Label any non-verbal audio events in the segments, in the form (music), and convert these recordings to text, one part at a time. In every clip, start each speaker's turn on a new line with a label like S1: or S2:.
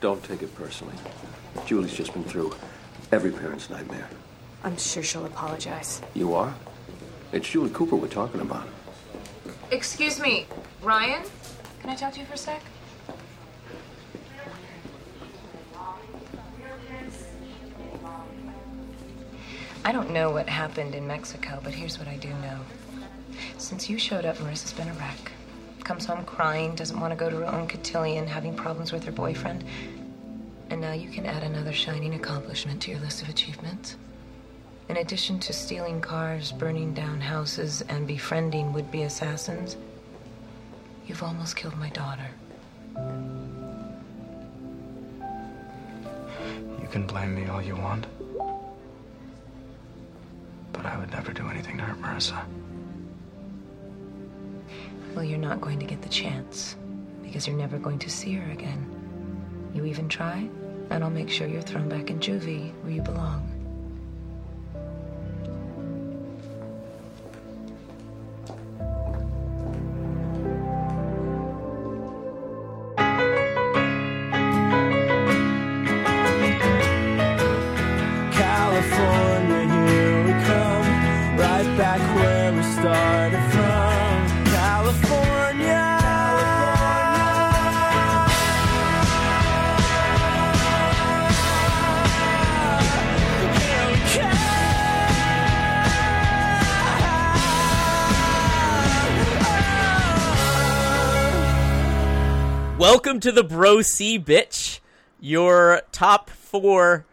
S1: Don't take it personally. Julie's just been through every parent's nightmare.
S2: I'm sure she'll apologize.
S1: You are? It's Julie Cooper we're talking about.
S3: Excuse me, Ryan? Can I talk to you for a sec? I don't know what happened in Mexico, but here's what I do know. Since you showed up, Marissa's been a wreck. Comes home crying, doesn't want to go to her own cotillion, having problems with her boyfriend. And now you can add another shining accomplishment to your list of achievements. In addition to stealing cars, burning down houses, and befriending would be assassins, you've almost killed my daughter.
S4: You can blame me all you want. But I would never do anything to hurt Marissa.
S3: Well, you're not going to get the chance because you're never going to see her again. You even try, and I'll make sure you're thrown back in juvie where you belong.
S5: California, here we come. Right back where we started from. California. Here we come.
S6: Welcome to the Bro C Bitch, your top four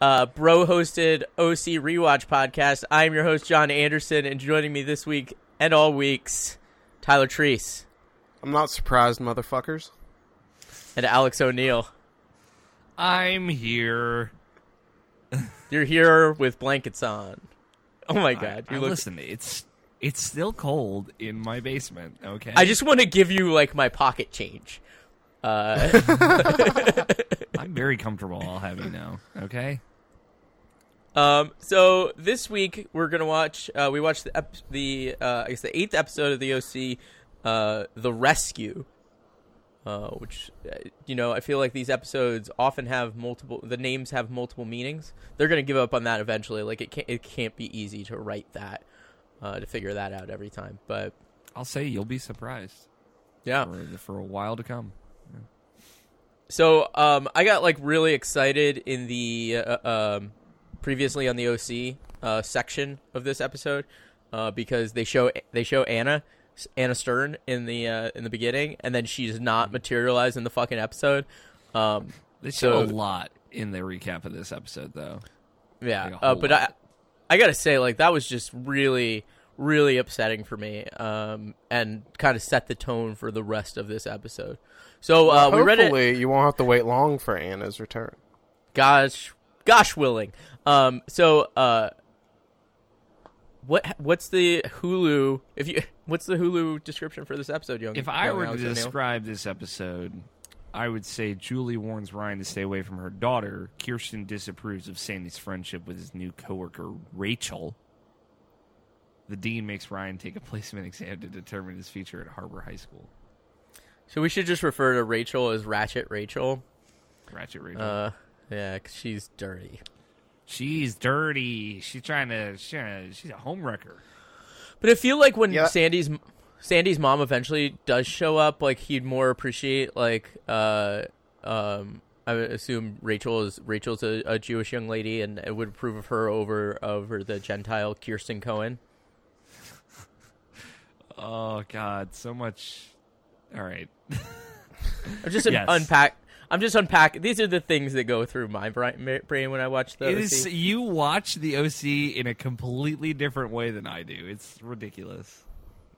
S6: uh, bro hosted OC rewatch podcast. I am your host, John Anderson, and joining me this week and all weeks, Tyler Treese
S7: I'm not surprised, motherfuckers.
S6: and Alex O'Neill.
S8: I'm here.
S6: You're here with blankets on. Oh my God.
S8: I,
S6: you
S8: I-
S6: look-
S8: listen, it's it's still cold in my basement. Okay,
S6: I just want to give you like my pocket change. Uh,
S8: I'm very comfortable. I'll have you know. Okay,
S6: Um, so this week we're gonna watch. Uh, we watched the ep- the uh, I guess the eighth episode of the OC, uh, the Rescue. Uh, which uh, you know, I feel like these episodes often have multiple. The names have multiple meanings. They're gonna give up on that eventually. Like it can't it can't be easy to write that, uh, to figure that out every time. But
S8: I'll say you'll be surprised
S6: yeah,
S8: for for a while to come.
S6: So um, I got like really excited in the uh, um, previously on the OC uh, section of this episode uh, because they show they show Anna Anna Stern in the uh, in the beginning, and then she's not materialized in the fucking episode. Um,
S8: Mm-hmm. They show a
S6: So-
S8: lot in the recap of this episode, though.
S6: yeah,
S8: Like a
S6: uh,
S8: whole
S6: but I
S8: lot.
S6: I gotta say like that was just really really upsetting for me um, and kind of set the tone for the rest of this episode. So uh, we read it.
S7: Hopefully, you won't have to wait long for Anna's return.
S6: gosh gosh willing um so uh what what's the hulu if you (laughs) what's the hulu description for this episode young
S8: If I
S6: young
S8: were to
S6: Alex O'Neill?
S8: describe this episode, I would say Julie warns Ryan to stay away from her daughter. Kirsten disapproves of Sandy's friendship with his new coworker, Rachel. The dean makes Ryan take a (laughs) placement exam to determine his future at Harbor High School.
S6: so we should just refer to rachel as ratchet rachel
S8: Ratchet Rachel.
S6: uh yeah 'cause she's dirty
S8: she's dirty. She's trying to. She's, trying to, she's a homewrecker.
S6: but i feel like when
S7: Yeah.
S6: sandy's sandy's mom eventually does show up like he'd more appreciate like uh um I would assume Rachel is Rachel's a, a Jewish young lady, and I would approve of her over over the Gentile Kirsten Cohen.
S8: Oh God, so much. All right.
S6: I'm just un-
S8: Yes.
S6: unpack. I'm just unpack. These are the things that go through my bri- ma- brain when I watch
S8: It
S6: those.
S8: is, you watch the OC in a completely different way than I do. It's ridiculous.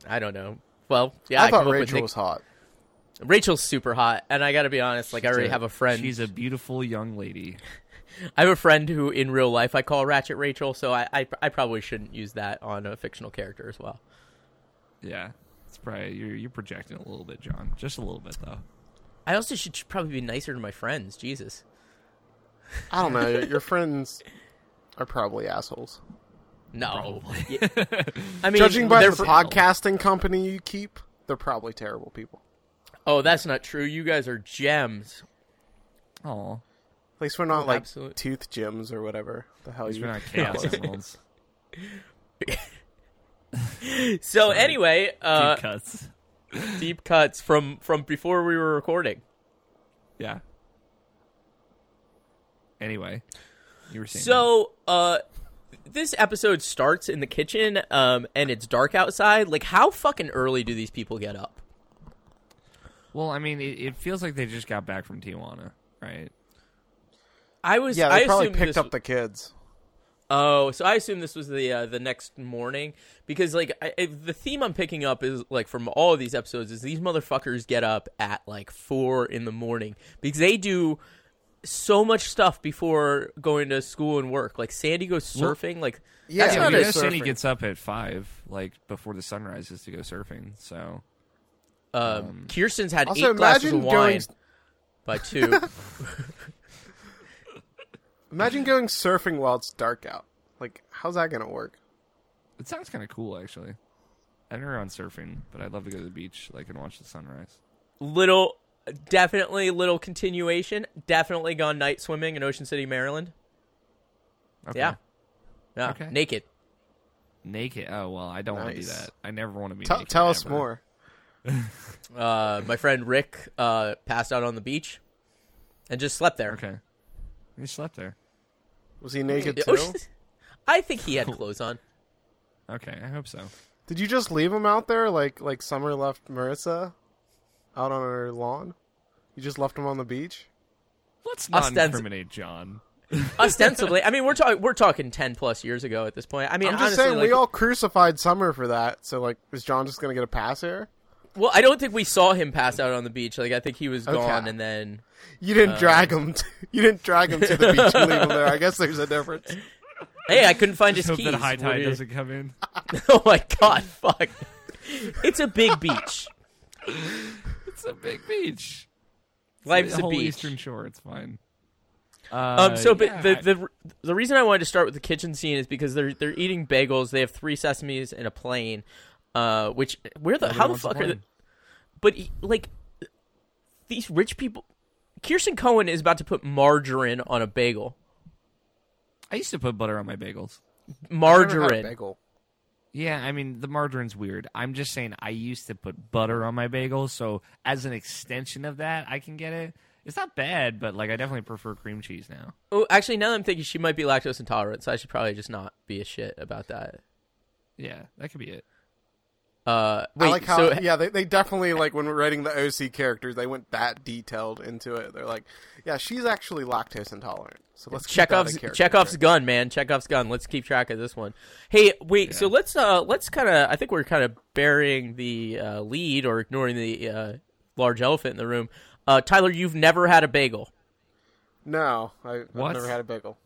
S6: I don't know. Well, yeah, I,
S7: I thought
S6: come up with
S7: Rachel
S6: Nick-
S7: was hot.
S6: Rachel's super hot, and I got to be honest. Like, I already
S8: So,
S6: have a friend.
S8: She's a beautiful young lady.
S6: I have a friend who, in real life, I call Ratchet Rachel. So I, I, I probably shouldn't use that on a fictional character as well.
S8: Yeah, it's probably you're you're projecting a little bit, John. Just a little bit though.
S6: I also should probably be nicer to my friends. Jesus.
S7: I don't know. your friends are probably
S6: (laughs)
S7: assholes.
S6: No. Yeah. (laughs) I mean,
S7: Judging by
S6: they're
S7: the
S6: fr-
S7: podcasting company you keep, they're probably terrible people.
S6: Oh, that's not true. You guys are gems.
S8: Aw.
S7: At least we're not like
S6: Oh, absolute-
S7: tooth gems or whatever the
S6: Oh,
S7: hell
S8: These
S7: you
S8: were not chaos
S6: (laughs)
S8: emeralds.
S6: So anyway, uh,
S8: Deep cuts.
S6: deep cuts from from before we were recording.
S8: Yeah. Anyway, you were saying
S6: So, uh, this episode starts in the kitchen, um, and it's dark outside. Like, how fucking early do these people get up?
S8: that. Well, I mean, it, it feels like they just got back from Tijuana, right?
S6: I was,
S7: Yeah, they
S6: I
S7: probably
S6: assumed
S7: picked
S6: this
S7: up the kids.
S6: Oh, so I assume this was the uh, the next morning because like I, I, the theme I'm picking up is like from all of these episodes is these motherfuckers get up at like four in the morning because they do so much stuff before going to school and work. Like Sandy goes
S8: Well-
S6: surfing. like
S7: Yeah,
S6: That's
S8: Yeah,
S6: not
S8: you
S6: a
S8: know Cindy
S7: surfer.
S8: gets up at five, like before the sun rises, to go surfing. So
S6: um, Kirsten's had
S7: Also,
S6: eight glasses of
S7: imagine
S6: wine
S7: going-
S6: by
S7: (laughs)
S6: two.
S7: Imagine going surfing while it's dark out. Like, how's that gonna work?
S8: it sounds kind of cool, actually. I've never gone surfing, but I'd love to go to the beach, like, and watch the sunrise.
S6: little, definitely little continuation. Definitely gone night swimming in Ocean City, Maryland.
S8: Okay.
S6: Yeah, yeah,
S8: Okay.
S6: naked.
S8: Naked. Oh well, I don't want to do
S7: Nice.
S8: that. I never want to be.
S7: Tell
S8: naked,
S7: tell us
S8: ever.
S7: more.
S6: uh, my friend Rick uh, passed out on the beach and just slept there.
S8: Okay. You slept there.
S7: Was he naked
S6: (laughs) Oh,
S7: too?
S6: I think he
S8: (laughs)
S6: had clothes on.
S8: Okay, I hope so.
S7: Did you just leave him out there like like Summer left Marissa out on her lawn? You just left him on the beach?
S8: Let's not
S6: Ostens-
S8: incriminate John.
S6: Ostensibly, I mean, we're talking we're talking ten plus years ago at this point. I mean,
S7: I'm just
S6: honestly,
S7: saying
S6: like,
S7: we all crucified Summer for that. So like, is John just gonna get a pass here?
S6: well, I don't think we saw him pass out on the beach. Like, I think he was
S7: Okay.
S6: gone, and then
S7: You
S6: Uh,
S7: didn't drag him. To, (laughs) you didn't drag him to the beach and leave him there. I guess there's
S6: (laughs)
S7: a difference.
S6: hey, I couldn't find
S8: Just
S6: his
S8: hope
S6: keys.
S8: that high
S6: What
S8: tide
S6: do you-
S8: doesn't come in.
S6: (laughs) oh my god, fuck! It's a big beach.
S8: It's a big beach.
S6: Life's
S8: the
S6: a
S8: whole
S6: beach.
S8: Eastern Shore. It's fine.
S6: Um. So, but
S8: yeah, I-
S6: the, the the reason I wanted to start with the kitchen scene is because they're they're eating bagels. They have three sesames and a plane. Uh, which where the how the
S8: wants a
S6: fuck are the,
S8: plane.
S6: but e, like these rich people? Kirsten Cohen is about to put margarine on a bagel.
S8: I used to put butter on my bagels.
S6: Margarine.
S7: Bagel.
S8: Yeah, I mean the margarine's weird. I'm just saying I used to put butter on my bagels, so as an extension of that, I can get it. It's not bad, but like I definitely prefer cream cheese now.
S6: Oh, actually, now that I'm thinking, she might be lactose intolerant, so I should probably just not be a shit about that.
S8: Yeah, that could be it.
S6: Uh, wait,
S7: I like how
S6: so
S7: yeah they, they definitely like when we're writing the OC characters they went that detailed into it. They're like, yeah, she's actually lactose intolerant. So let's keep that a
S6: Chekhov's
S7: character
S6: Chekhov's
S7: trait.
S6: gun, man. Chekhov's gun. Let's keep track of this one. Hey, wait. So let's uh let's kind of. I think we're kind of burying the uh, lead or ignoring the uh, large elephant in the room. Uh, Tyler, you've never had a bagel.
S7: No, I, I've
S8: What?
S7: never had a bagel.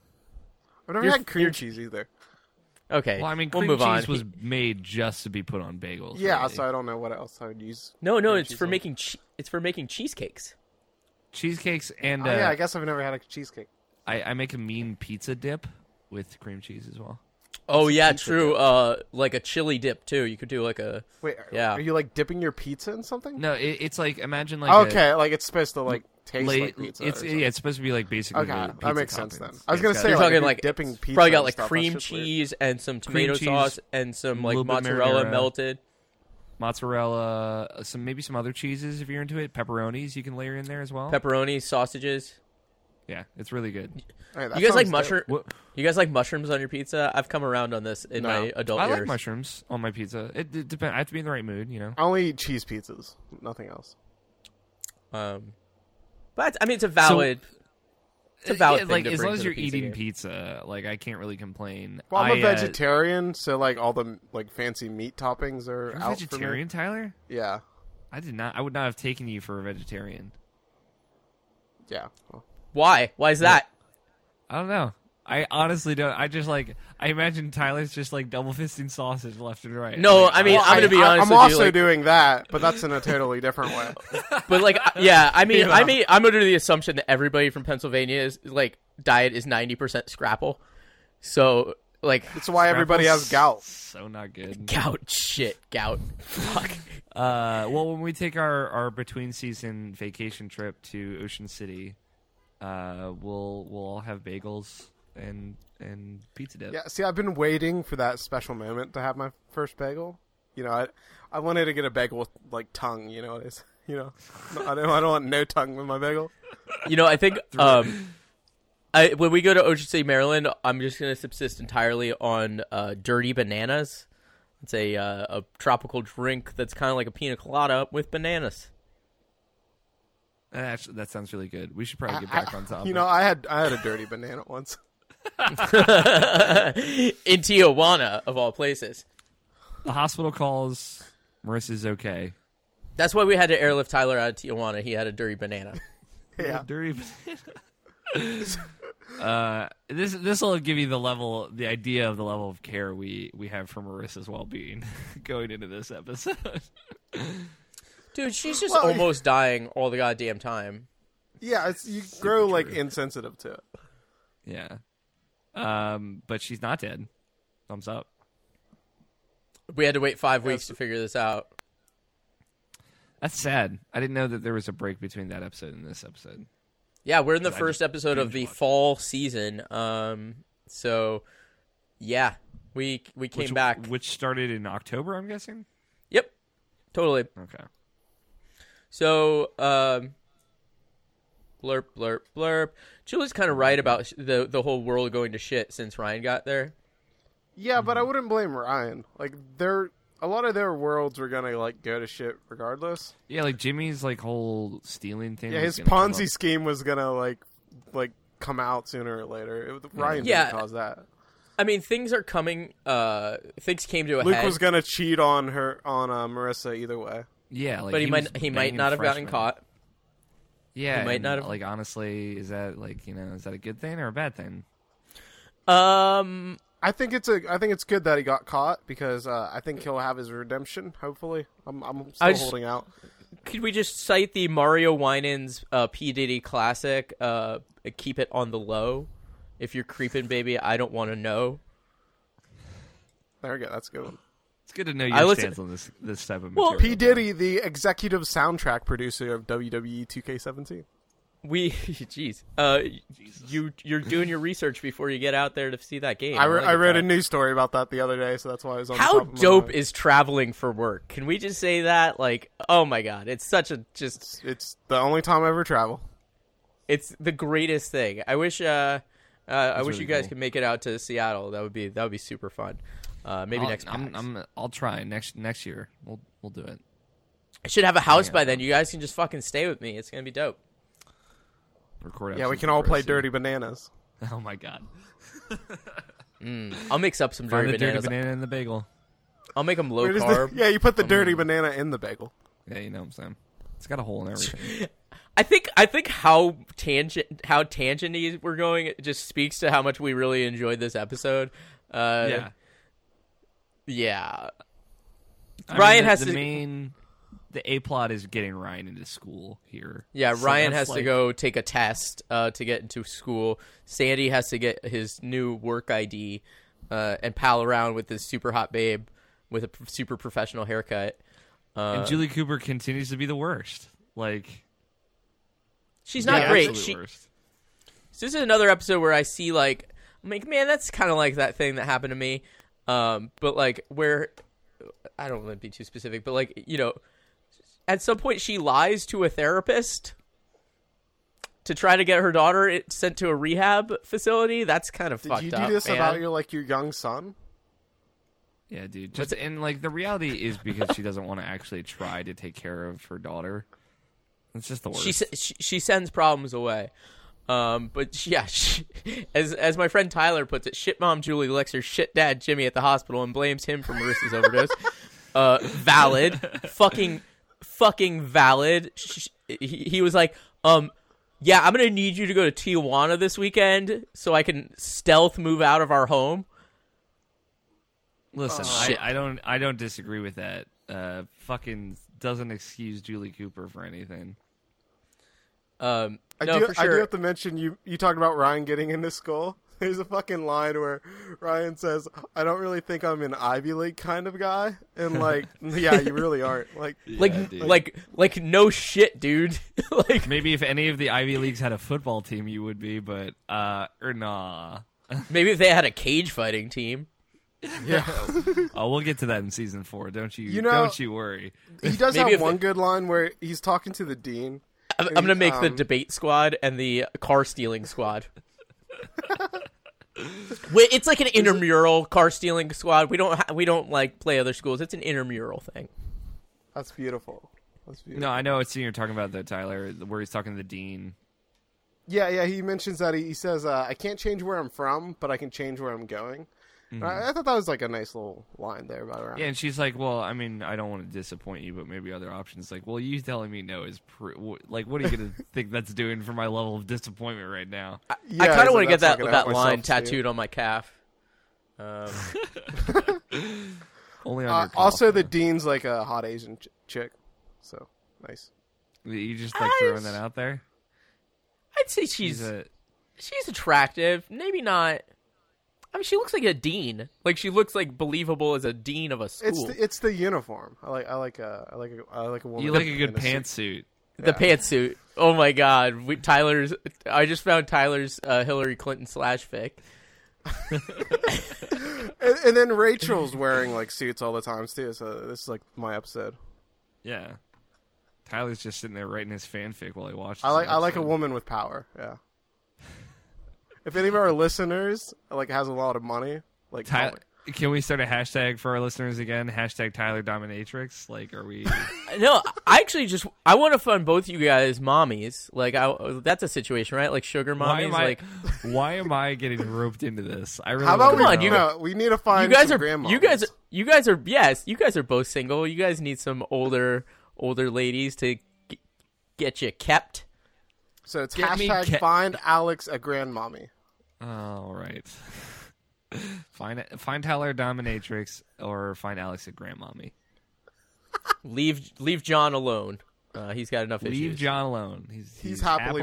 S7: I've never
S6: You're-
S7: had cream
S6: you're-
S7: cheese either.
S6: Okay.
S8: Well, I mean,
S6: we'll
S8: cream
S6: move on.
S8: cheese was made just to be put on bagels.
S7: Yeah,
S8: really.
S7: so I don't know what else I would use.
S6: no, no.
S7: cream
S6: It's
S7: cheese
S6: for
S7: on.
S6: making che- it's for making cheesecakes.
S8: cheesecakes and
S7: Oh,
S8: uh,
S7: yeah, I guess I've never had a cheesecake.
S8: I, I make a mean pizza dip with cream cheese as well.
S6: Oh yeah, true. Uh, like a chili dip too. You could do like a
S7: Wait,
S6: Yeah.
S7: are you like dipping your pizza in something?
S8: No, it, it's like imagine like a
S7: okay, like it's supposed to like taste like
S8: late.
S7: pizza.
S8: it's
S7: or something.
S8: yeah, it's supposed to be like basically.
S7: okay,
S8: the pizza
S7: that makes sense
S8: toppings.
S7: then.
S8: Yeah,
S7: I was gonna
S8: it's
S7: say
S6: You're
S7: like, if
S6: talking
S7: you're
S6: like
S7: dipping
S6: it's
S7: pizza.
S6: Probably
S7: and
S6: got like
S7: stuff, that's
S6: cream
S7: just weird.
S6: cheese and some
S8: Cream
S6: tomato
S8: cheese,
S6: sauce and some like
S8: little bit
S6: mozzarella
S8: marinara.
S6: melted.
S8: mozzarella, uh, some maybe some other cheeses if you're into it. Pepperonis you can layer in there as well.
S6: Pepperoni, sausages.
S8: yeah, it's really good.
S7: Hey, that
S6: you guys like
S7: sounds
S6: mushroom?
S8: What-
S6: You guys like mushrooms on your pizza? I've come around on this in
S7: No.
S6: my adult
S8: I
S6: years.
S8: like mushrooms on my pizza. It, it depends. I have to be in the right mood, you know.
S7: I only eat cheese pizzas, nothing else.
S6: Um, but I mean, it's a valid. it's a valid
S8: Yeah,
S6: thing
S8: like
S6: to
S8: as
S6: bring
S8: long
S6: to
S8: as
S6: the
S8: you're
S6: pizza
S8: eating
S6: game.
S8: pizza, like I can't really complain.
S7: Well, I'm a
S8: I, uh,
S7: vegetarian, so like all the like fancy meat toppings are
S8: you're a
S7: out
S8: vegetarian, Tyler.
S7: For me. Yeah,
S8: I did not. I would not have taken you for a vegetarian.
S7: yeah. Well,
S6: Why? Why is that?
S8: I don't know. I honestly don't. I just like. I imagine Tyler's just like double fisting sausage left and right.
S6: No,
S8: Like,
S6: I mean, I'm gonna be honest
S7: I'm
S6: with
S7: also
S6: you. like-
S7: doing that, but that's in a totally different way.
S6: (laughs) but
S8: (laughs)
S6: like, I- yeah, I mean,
S8: Yeah.
S6: I mean, I'm under the assumption that everybody from Pennsylvania is like diet is 90 percent scrapple. So like, (laughs)
S7: That's why everybody has gout.
S8: so not good.
S6: gout, shit, gout, fuck.
S8: Uh, well, when we take our our between season vacation trip to Ocean City, uh, we'll we'll all have bagels and and pizza dip.
S7: Yeah, see, I've been waiting for that special moment to have my first bagel. You know, I I wanted to get a bagel with like tongue. You know, what it is. (laughs) You know, No, I don't I don't want no tongue with my bagel.
S6: You know, I
S8: (laughs)
S6: think um, I when we go to Ocean City, Maryland, I'm just gonna subsist entirely on uh, dirty bananas. It's a uh, a tropical drink that's kind of like a pina colada with bananas.
S8: Uh, Actually, that sounds really good. We should probably get back on top.
S7: You know, I had I had a dirty banana once. (laughs)
S6: in Tijuana, of all places.
S8: the hospital calls. Marissa's okay.
S6: That's why we had to airlift Tyler out of Tijuana. He had a dirty banana.
S7: Yeah.
S8: Dirty. (laughs) uh, this this will give you the level, the idea of the level of care we we have for Marissa's well being (laughs) going into this episode. (laughs)
S6: Dude, she's just
S7: Well, you-
S6: almost dying all the goddamn time.
S7: Yeah, it's, you grow like insensitive to it.
S8: yeah. Um, but she's not dead. Thumbs up.
S6: We had to wait five weeks to figure this out.
S8: That's sad. I didn't know that there was a break between that episode and this episode.
S6: Yeah, we're in the
S8: I
S6: first
S8: just
S6: episode of the
S8: binge-watched.
S6: fall season. Um, so yeah, we we came
S8: which,
S6: back.
S8: which started in October, I'm guessing.
S6: yep, totally.
S8: Okay.
S6: So um, blurp blurp blurp. Julie's kind of right about sh- the the whole world going to shit since Ryan got there.
S7: Yeah, but I
S8: Mm-hmm.
S7: wouldn't blame Ryan. Like, their a lot of their worlds were gonna like go to shit regardless.
S8: Yeah, like Jimmy's like whole stealing thing.
S7: Yeah,
S8: was
S7: his
S8: gonna come
S7: Ponzi
S8: up.
S7: scheme was gonna like like come out sooner or later. It, was- Ryan
S6: Yeah.
S7: didn't cause that.
S6: I mean, things are coming. Uh, things came to a
S7: Luke
S6: head.
S7: was gonna cheat on her on uh, Marissa either way.
S8: Yeah, like
S6: but he,
S8: was
S6: might he might
S8: banging
S6: not have gotten
S8: freshmen.
S6: caught.
S8: Yeah,
S6: He might
S8: and,
S6: not have-
S8: Like honestly, is that like you know is that a good thing or a bad thing?
S6: Um,
S7: I think it's a. I think it's good that he got caught because uh, I think he'll have his redemption. Hopefully, I'm. I'm still
S6: I just-
S7: holding out.
S6: could we just cite the Mario Winans uh, P Diddy classic? Uh, keep it on the low. If you're creeping, baby, I don't want to know.
S7: There we go. That's a good one.
S8: It's good to know your
S6: I listen-
S8: stance on this this type of
S6: Well,
S8: material.
S7: P Diddy, the executive soundtrack producer of E WWE 2K17.
S6: We, (laughs) jeez, uh, you you're doing your research before you get out there to see that game.
S7: I, re-
S6: like
S7: I read
S6: that.
S7: a news story about that the other day, so that's why I was on. the
S6: How
S7: top of my
S6: dope
S7: mind.
S6: is traveling for work? Can we just say that? Like, oh my god, it's such a just
S7: It's the only time I ever travel.
S6: it's the greatest thing. I wish uh, uh I wish
S8: really
S6: you guys
S8: cool.
S6: could make it out to Seattle. That would be that would be super fun. Uh, maybe
S8: I'll,
S6: next.
S8: Oh, I'm,
S6: PAX.
S8: I'm I'll try next next year. We'll we'll do it.
S6: I should have a house by then. You guys can just fucking stay with me. It's gonna be dope.
S8: Record.
S7: Yeah, we
S8: episodes
S7: can all
S8: before
S7: play
S8: us, yeah.
S7: Dirty Bananas.
S8: (laughs) Oh my god!
S6: I'll mix up some
S8: Find
S6: dirty
S8: the dirty
S6: bananas.
S8: banana in the bagel.
S6: I'll make them low
S7: Where does the,
S6: carb.
S7: (laughs) yeah, you put the dirty banana in the bagel.
S8: Yeah, you know what I'm saying. It's got a hole
S6: (laughs)
S8: in everything.
S6: I think I think how tangent how tangenty we're going just speaks to how much we really enjoyed this episode. Uh,
S8: yeah.
S6: yeah.
S8: I mean,
S6: Ryan
S8: the-
S6: has
S8: the
S6: to-
S8: main. The a plot is getting Ryan into school here.
S6: Yeah,
S8: So
S6: Ryan
S8: that's
S6: has to
S8: like-
S6: go take a test uh, to get into school. Sandy has to get his new work ID uh, and pal around with this super hot babe with a p- super professional haircut.
S8: And Julie Cooper continues to be the worst. Like
S6: She's not great.
S8: absolute
S6: She,
S8: worst.
S6: so this is another episode where I see like I'm like, man, that's kind of like that thing that happened to me. Um, but like where I don't want to be too specific, but like you know, at some point she lies to a therapist to try to get her daughter it- sent to a rehab facility. That's kind of
S7: Did
S6: fucked
S7: you do
S6: up.
S7: this
S6: man.
S7: about your like your young son?
S8: Yeah, dude. Just and like the reality is because she doesn't want to actually try to take care of her daughter. It's just the worst.
S6: she, se- she she sends problems away. Um, but (laughs) she- yeah, she, as as my friend Tyler puts it, shit mom Julie licks her shit dad Jimmy at the hospital and blames him for Marissa's overdose. (laughs) Uh,
S9: (laughs)
S6: valid, fucking, fucking valid. Sh he, he was like, um, yeah, I'm gonna need you to go to Tijuana this weekend so I can stealth move out of our home.
S8: Listen,
S6: oh, shit.
S8: I, I don't I don't disagree with that. Uh, fucking doesn't excuse Julie Cooper for anything.
S6: Um,
S7: I
S6: no,
S7: do.
S6: for
S7: I do
S6: sure.
S7: have to mention you. You talked about Ryan getting into school. (laughs) There's a fucking line where Ryan says, "I don't really think I'm an Ivy League kind of guy," and like, yeah, you really aren't. Like,
S6: Like,
S9: Yeah, dude.
S6: like, like, no shit, dude. (laughs) like,
S8: Maybe if any of the Ivy Leagues had a football team, you would be, but uh, or nah.
S6: maybe if they had a cage fighting team.
S8: Oh, we'll get to that in season four. Don't you?
S7: You know-
S8: don't you worry.
S7: he does
S6: Maybe if
S7: have one
S6: it-
S7: good line where he's talking to the dean.
S6: I'm, I'm gonna make the
S7: Um,
S6: debate squad and the car stealing squad. Wait, it's like an intramural car stealing squad. We don't ha- we don't like play other schools. It's an intramural thing.
S7: That's beautiful. That's beautiful.
S8: No, I know it's you're talking about though, Tyler, where he's talking to the dean.
S7: Yeah, yeah. He mentions that he, he says, uh, "I can't change where I'm from, but I can change where I'm going." And I, I thought that was like a nice little line there about around.
S8: Yeah, and she's like, "Well, I mean, I don't want to disappoint you, but maybe other options." Like, well, you telling me no is pr- w- like, what are you
S7: (laughs)
S8: gonna think that's doing for my level of disappointment right now?
S6: I kind of
S7: so
S6: want to get that
S7: that's not gonna
S6: that
S7: help my
S6: line
S7: self-esteem.
S6: tattooed on my calf.
S8: Only on
S7: Uh,
S8: your
S7: also, the dean's like a hot Asian ch- chick, so nice.
S8: you just like throwing that out there.
S6: I'd say she's
S8: She's a
S6: she's attractive. Maybe not. I mean, she looks like a dean. Like she looks like believable as a dean of a school.
S7: It's the, it's the uniform. I like I like a I like a I like a woman.
S8: you like a
S7: in
S8: good
S7: suit.
S8: pantsuit.
S6: The pantsuit. Oh my god, we, Tyler's. I just found Tyler's uh, Hillary Clinton slash fic.
S7: And, and
S6: (laughs)
S7: then Rachel's wearing like suits all the times too. So this is like my episode.
S8: Yeah, Tyler's just sitting there writing his fanfic while he watches.
S7: I like I like a
S8: woman.
S7: woman with power. Yeah. If any of our listeners like has a lot of money, like
S8: Ty-
S7: call
S8: can we start a hashtag for our listeners again? Hashtag Tyler Dominatrix. Like, are we?
S6: No, I actually just I want to fund both you guys, mommies. Like I, that's a situation, right? Like sugar
S8: why
S6: mommies.
S8: am I?
S6: like
S8: why am I getting roped into this? I really.
S7: How about we?
S8: wanna
S6: on,
S8: know.
S6: you-
S7: no, we need to find
S6: you guys
S7: some
S6: are.
S7: grandmas.
S6: You guys. You guys are. Yes, you guys are both single. You guys need some older older ladies to g- get you kept.
S7: So it's
S8: Get me
S7: hashtag
S8: ca-
S7: find Alex a grandmommy.
S8: All right. (laughs) find find Tyler Dominatrix or find Alex at Grandmommy.
S6: Leave leave John alone. Uh, he's got enough
S8: Leave
S6: issues.
S8: John alone. He's he's,
S7: happily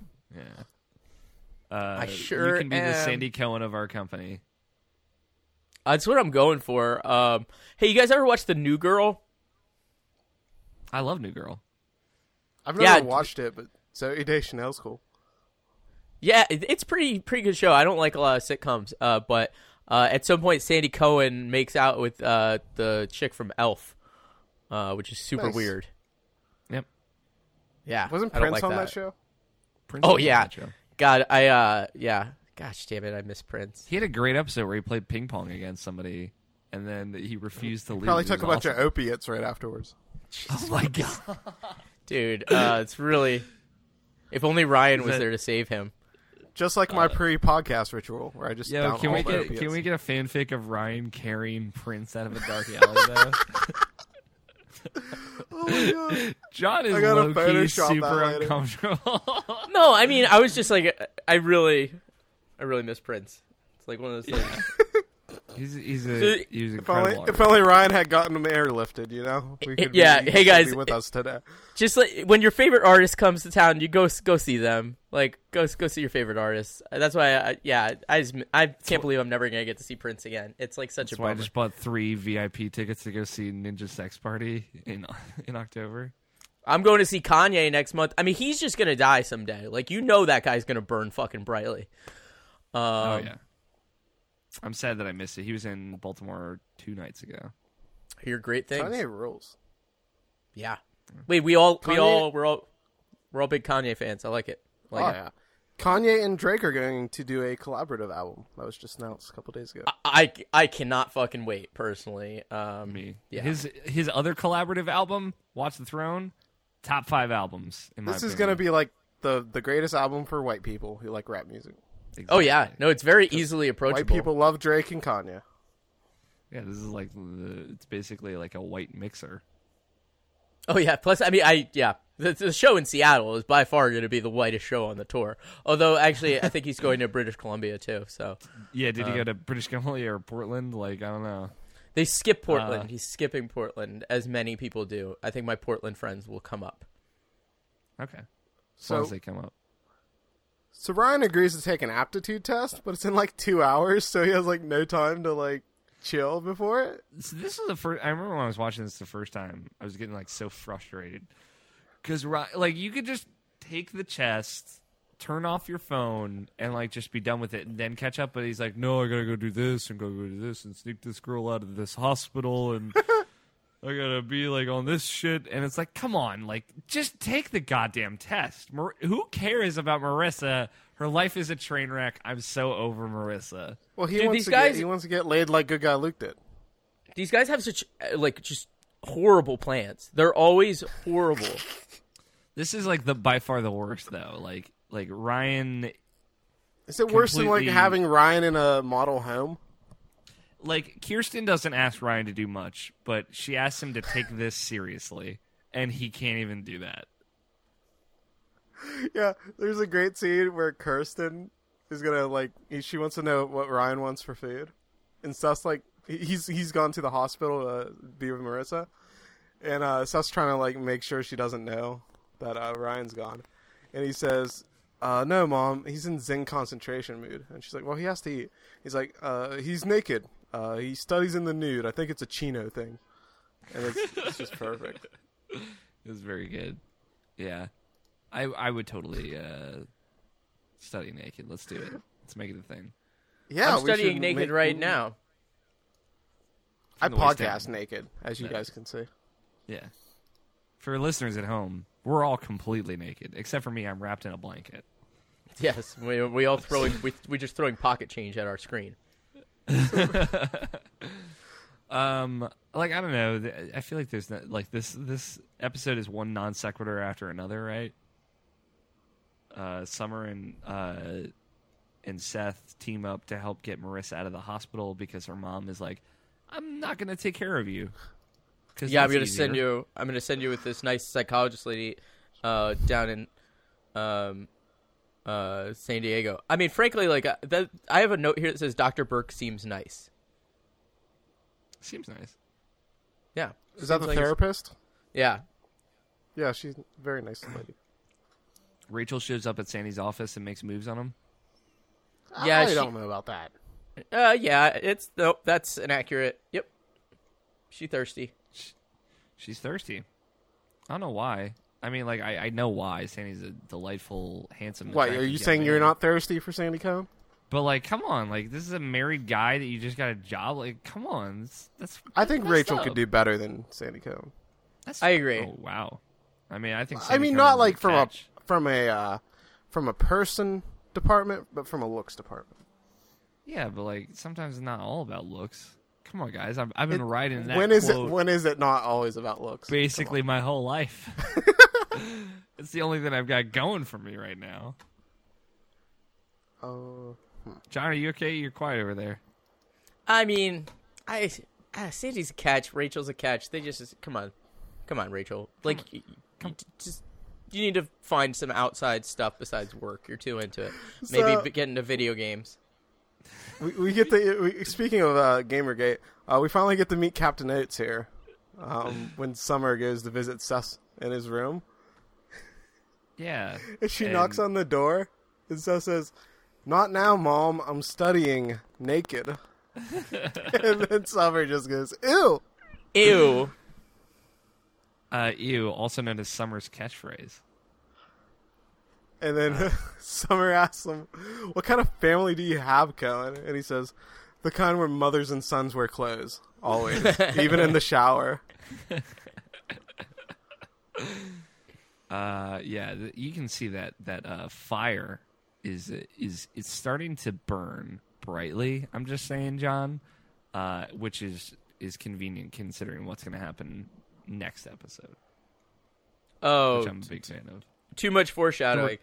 S7: married.
S8: Yeah. Uh,
S6: I sure
S8: you can be the
S6: am.
S8: Sandy Cohen of our company.
S6: That's what I'm going for. Um, hey, you guys ever watch the New Girl?
S8: I love New Girl.
S7: I've
S6: Yeah,
S7: never
S6: d-
S7: watched it, but Zoe Deschanel's cool.
S6: Yeah, it- it's pretty pretty good show. I don't like a lot of sitcoms, uh, but uh, at some point Sandy Cohen makes out with uh, the chick from Elf, uh, which is super
S7: Nice.
S6: weird.
S8: Yep.
S6: Yeah,
S7: Wasn't
S6: I don't
S7: Prince
S6: like
S7: on that show?
S8: Prince
S6: Oh
S8: was on
S6: yeah,
S8: that show.
S6: God, I uh, yeah, gosh damn it, I miss Prince.
S8: He had a great episode where he played ping pong against somebody, and then he refused to leave.
S7: Probably
S8: It
S7: took a
S8: was
S7: bunch
S8: awesome.
S7: of opiates right afterwards.
S8: (laughs) Oh my god!
S6: Dude,
S7: (laughs)
S6: uh, it's really. If only Ryan was
S8: that-
S6: there to save him.
S7: Just like my pre-podcast ritual, where I just
S8: Yo,
S7: down
S8: can
S7: all
S8: we
S7: the
S8: get
S7: opiates.
S8: can we get a fanfic of Ryan carrying Prince out of a dark alley though?
S7: (laughs) Oh my God.
S8: John is
S7: I gotta
S8: low key
S7: Photoshop that
S8: super
S7: later.
S8: uncomfortable.
S6: No, I mean, I was just like, I really, I really miss Prince. It's like one of
S8: (laughs)
S6: those things.
S8: (laughs) he's he's a he's
S7: if, only,
S8: incredible.
S7: if only Ryan had gotten him airlifted, you know, we
S6: it- yeah,
S7: he
S6: hey,
S7: could
S6: guys,
S7: be with
S6: it-
S7: us today.
S6: just like when your favorite artist comes to town, you go go see them. Like go go see your favorite artist. That's why, I, yeah, I just, I can't believe I'm never gonna get to see Prince again. It's like such
S8: That's
S6: a
S8: why I
S6: bummer.
S8: just bought three VIP tickets to go see Ninja Sex Party in (laughs) in October.
S6: I'm going to see Kanye next month. I mean, he's just gonna die someday. Like you know that guy's gonna burn fucking brightly. Um,
S8: oh yeah, I'm sad that I missed it. He was in Baltimore two nights ago.
S6: Hear great things.
S7: Kanye rules.
S6: Yeah. Wait, we all we
S7: Kanye-
S6: all we're all we're all big Kanye fans. I like it. I Like
S7: oh
S6: it.
S7: yeah, Kanye and Drake are going to do a collaborative album that was just announced a couple days ago.
S6: I I cannot fucking wait personally. Um,
S8: Me,
S6: Yeah.
S8: his his other collaborative album, Watch the Throne, top five albums. In my
S7: this is
S8: opinion.
S7: going to be like the the greatest album for white people who like rap music.
S6: oh yeah. No, it's very easily approachable.
S7: White people love Drake and Kanye.
S8: yeah. This is like the, it's basically like a white mixer.
S6: Oh yeah. Plus, I mean, I yeah. The, the show in Seattle is by far going to be the whitest show on the tour. Although, actually, I think he's going to British Columbia too. So
S8: Yeah, did he go to British Columbia or Portland? Like I don't know.
S6: they skip Portland.
S8: Uh.
S6: he's skipping Portland, as many people do. I think my Portland friends will come up.
S8: Okay, as long
S7: So
S8: as they come up.
S7: So Ryan agrees to take an aptitude test, but it's in like two hours, so he has like no time to like chill before it.
S8: So this is the first. I remember when I was watching this the first time, I was getting like so frustrated because like you could just take the chest, turn off your phone, and like just be done with it, and then catch up. But he's like, no, I gotta go do this and go go do this and sneak this girl out of this hospital and. I gotta be like on this shit, and it's like, come on, like just take the goddamn test. Mar- who cares about Marissa? Her life is a train wreck. I'm so over Marissa.
S7: Well, he
S6: Dude,
S7: wants
S6: these
S7: to
S6: guys-
S7: get, he wants to get laid like good guy Luke did.
S6: These guys have such uh, like just horrible plans. They're always horrible.
S8: This is like the by far the worst though. Like like Ryan
S7: Is it worse than like
S8: Completely-
S7: having Ryan in a model home?
S8: like Kirsten doesn't ask Ryan to do much, but she asks him to take this seriously and he can't even do that.
S7: (laughs) Yeah, there's a great scene where Kirsten is gonna like he- she wants to know what Ryan wants for food, and Seth's like he- he's he's gone to the hospital to be with Marissa, and uh, Seth's trying to like make sure she doesn't know that uh, Ryan's gone, and he says. Uh, no, mom. He's in Zen concentration mood, and she's like, "Well, he has to eat." He's like, "Uh, he's naked. Uh, he studies in the nude. I think it's a chino thing." And it's, it's just perfect.
S8: It was very good. Yeah. I I would totally uh study naked. Let's do it. Let's make it a thing.
S7: Yeah,
S6: I'm
S7: we should
S6: studying naked
S7: make-
S6: right now.
S7: I
S8: the waist
S7: podcast
S8: down.
S7: naked, as you guys can see.
S8: Yeah. For listeners at home, we're all completely naked except for me. I'm wrapped in a blanket.
S6: Yes, we, we all throwing we we just throwing pocket change at our screen.
S8: Um, like I don't know. th- I feel like there's not, like this this episode is one non sequitur after another, right? Uh, Summer and uh, and Seth team up to help get Marissa out of the hospital because her mom is like, "I'm not gonna take care of you." 'Cause
S6: Yeah, I'm
S8: that's
S6: gonna
S8: easier."
S6: send you. I'm gonna send you with this nice psychologist lady, uh, down in, um, uh, San Diego. I mean, frankly, like uh, that. I have a note here that says Dr. Burke seems nice.
S8: Seems nice.
S6: Yeah, Seems
S7: Is that the
S6: like it's-
S7: therapist?
S6: yeah.
S7: Yeah, she's a very nice lady.
S8: Rachel shows up at Sandy's office and makes moves on him.
S6: Yeah,
S7: I
S6: she-
S7: don't know about that.
S6: Uh, yeah. It's nope. That's inaccurate. Yep. She thirsty.
S8: She's thirsty. I don't know why. I mean, like I, I know why. Sandy's a delightful, handsome.
S7: Why are
S8: attractive
S7: you
S8: young
S7: saying you're
S8: man.
S7: not thirsty for Sandy Cohn?
S8: But like, come on, like this is a married guy that you just got a job. Like, come on, that's, that's
S7: I think
S8: messed
S7: Rachel
S8: up.
S7: could do better than Sandy Cohn.
S8: That's,
S6: I agree.
S8: Oh wow, I mean, I think.
S7: I mean,
S8: Sandy
S7: not
S8: Cohen's a
S7: like from a
S8: catch.
S7: from a uh, from a person department, but from a looks department.
S8: Yeah, but like sometimes it's not all about looks. Come on, guys, I've, I've been riding that.
S7: When is
S8: quote
S7: it? When is it not always about looks?
S8: (laughs) basically my whole
S7: (laughs)
S8: life. it's the only thing I've got going for me right now.
S7: Oh,
S8: John, are you okay? You're quiet over there.
S6: I mean, I. Uh, Sandy's a catch. Rachel's a catch. They just come on, come on, Rachel. Like, y- y- d- just you need to find some outside stuff besides work. You're too into (laughs) it. Maybe
S7: So-
S6: v- get into video games.
S7: we, we get the. We, speaking of uh, GamerGate, uh, we finally get to meet Captain Oates here um, when Summer goes to visit Seth in his room. (laughs)
S8: Yeah.
S7: And she
S8: And-
S7: knocks on the door, and Seth says, "Not now, Mom. I'm studying
S6: (laughs)
S7: naked." and then Summer just goes, "Ew."
S6: Ew.
S8: Uh, ew, also known as Summer's catchphrase.
S7: And then (laughs) Summer asks him, "What kind of family do you have, Cohen?" And he says, "The kind where mothers and sons wear clothes
S6: (laughs)
S7: always, even in the shower."
S8: Uh, yeah, th- you can see that that uh, fire is is it's starting to burn brightly. I'm just saying, John, uh, which is is convenient considering what's going to happen next episode,
S6: Oh,
S8: which I'm a big fan of.
S6: too much foreshadowing.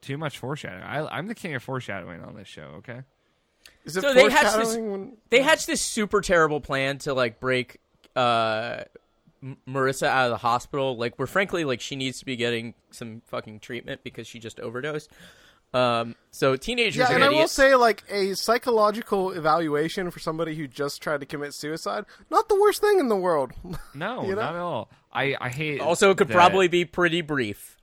S8: Too much foreshadowing. I, I'm the king of foreshadowing on this show. Okay,
S7: Is it
S6: So they
S7: foreshadowing?
S6: hatch this-
S7: when...
S6: They hatched this super terrible plan to like break uh, M- Marissa out of the hospital. Like, where frankly, like she needs to be getting some fucking treatment because she just overdosed. Um, so teenagers
S7: Yeah,
S6: are
S7: and I will
S6: idiots.
S7: say, like a psychological evaluation for somebody who just tried to commit suicide, not the worst thing in the world. (laughs)
S8: no,
S7: You know?
S8: not at all. I I hate.
S6: Also, it could
S8: that-
S6: probably be pretty brief.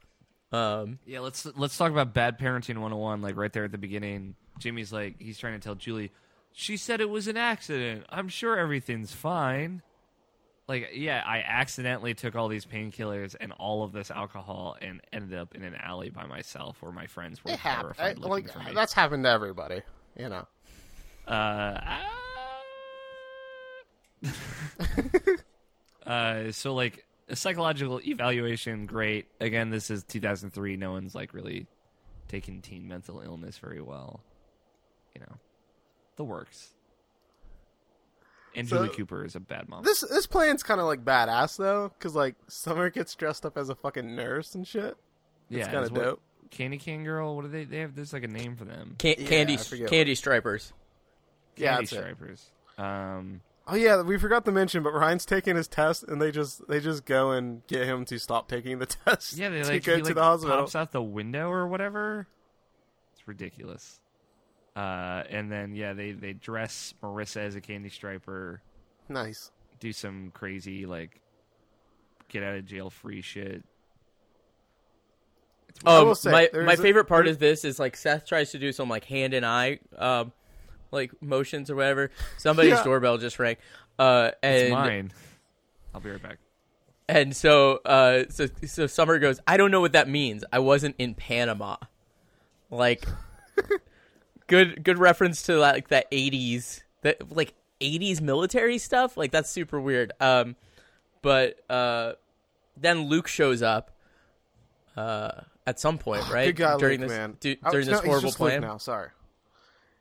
S6: Um,
S8: Yeah, let's let's talk about bad parenting 101 like right there at the beginning. Jimmy's like he's trying to tell Julie, "She said it was an accident. I'm sure everything's fine." Like, yeah, I accidentally took all these painkillers and all of this alcohol and ended up in an alley by myself where my friends were
S9: It happened.
S8: terrified looking
S9: like
S8: for me.
S9: that's happened to everybody. You know.
S8: Uh, (laughs) ah. uh, so like a psychological evaluation, great. Again, this is 2003. No one's like really taking teen mental illness very well. You know, the works. And
S7: So-
S8: Julie Cooper is a bad mom.
S7: This this plan's kind of like badass though, because like Summer gets dressed up as a fucking nurse and shit.
S8: yeah,
S7: kinda
S8: is what-
S7: dope.
S8: Candy Cane Girl. What do they? They have there's like a name for them.
S6: can-
S7: Yeah,
S6: candy
S7: I forget
S6: candy stripers.
S7: Yeah,
S8: Candy
S7: that's it.
S8: Stripers. Um,
S7: Oh yeah, we forgot to mention, but Ryan's taking his test, and they just they just go and get him to stop taking the (laughs) test.
S8: yeah, they
S7: to
S8: like
S7: go
S8: he,
S7: to
S8: like,
S7: the hospital.
S8: pops out the window or whatever. It's ridiculous. Uh, and then yeah, they they dress Marissa as a candy striper,
S7: Nice.
S8: do some crazy like get out of jail free shit.
S7: I
S6: Um,
S7: will say,
S6: my
S7: there's
S6: my
S7: a-
S6: favorite part of this is like Seth tries to do some like hand and eye, um, like motions or whatever. Somebody's
S7: Yeah.
S6: doorbell just rang, uh, and
S8: It's mine. I'll be right back.
S6: and so uh, so so Summer goes, I don't know what that means. I wasn't in Panama,
S7: (laughs)
S6: like good good reference to like that eighties that like eighties military stuff. Like that's super weird. Um, but uh, then Luke shows up. Uh, at some point, right?
S7: Oh, Good guy,
S6: during
S7: Luke,
S6: this
S7: man.
S6: du-
S7: Oh,
S6: during
S7: no,
S6: this
S7: he's
S6: horrible
S7: just Luke
S6: plan.
S7: now, sorry.